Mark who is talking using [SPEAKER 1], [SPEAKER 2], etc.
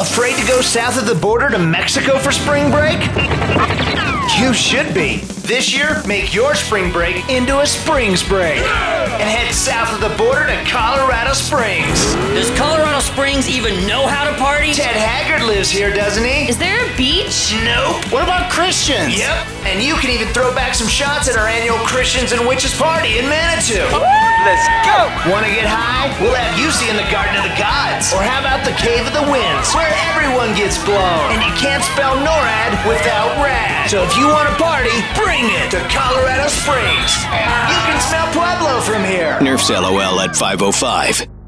[SPEAKER 1] Afraid to go south of the border to Mexico for spring break? You should be. This year, make your spring break into a springs break and head south of the border to Colorado Springs.
[SPEAKER 2] Does Colorado Springs even know how to party?
[SPEAKER 1] Ted Haggard lives here, doesn't he?
[SPEAKER 3] Is there a beach?
[SPEAKER 1] Nope.
[SPEAKER 4] What about Christians?
[SPEAKER 1] Yep. And you can even throw back some shots at our annual Christians and Witches party in Manitou.
[SPEAKER 5] Let's go!
[SPEAKER 1] Want to get high? We'll have you see in the Garden of the Gods. Or how about the Cave of the Winds, where everyone gets blown. And you can't spell NORAD without RAD. So if you want to party, bring it to Colorado Springs. And you can smell Pueblo from here.
[SPEAKER 6] Nerfs LOL at 505.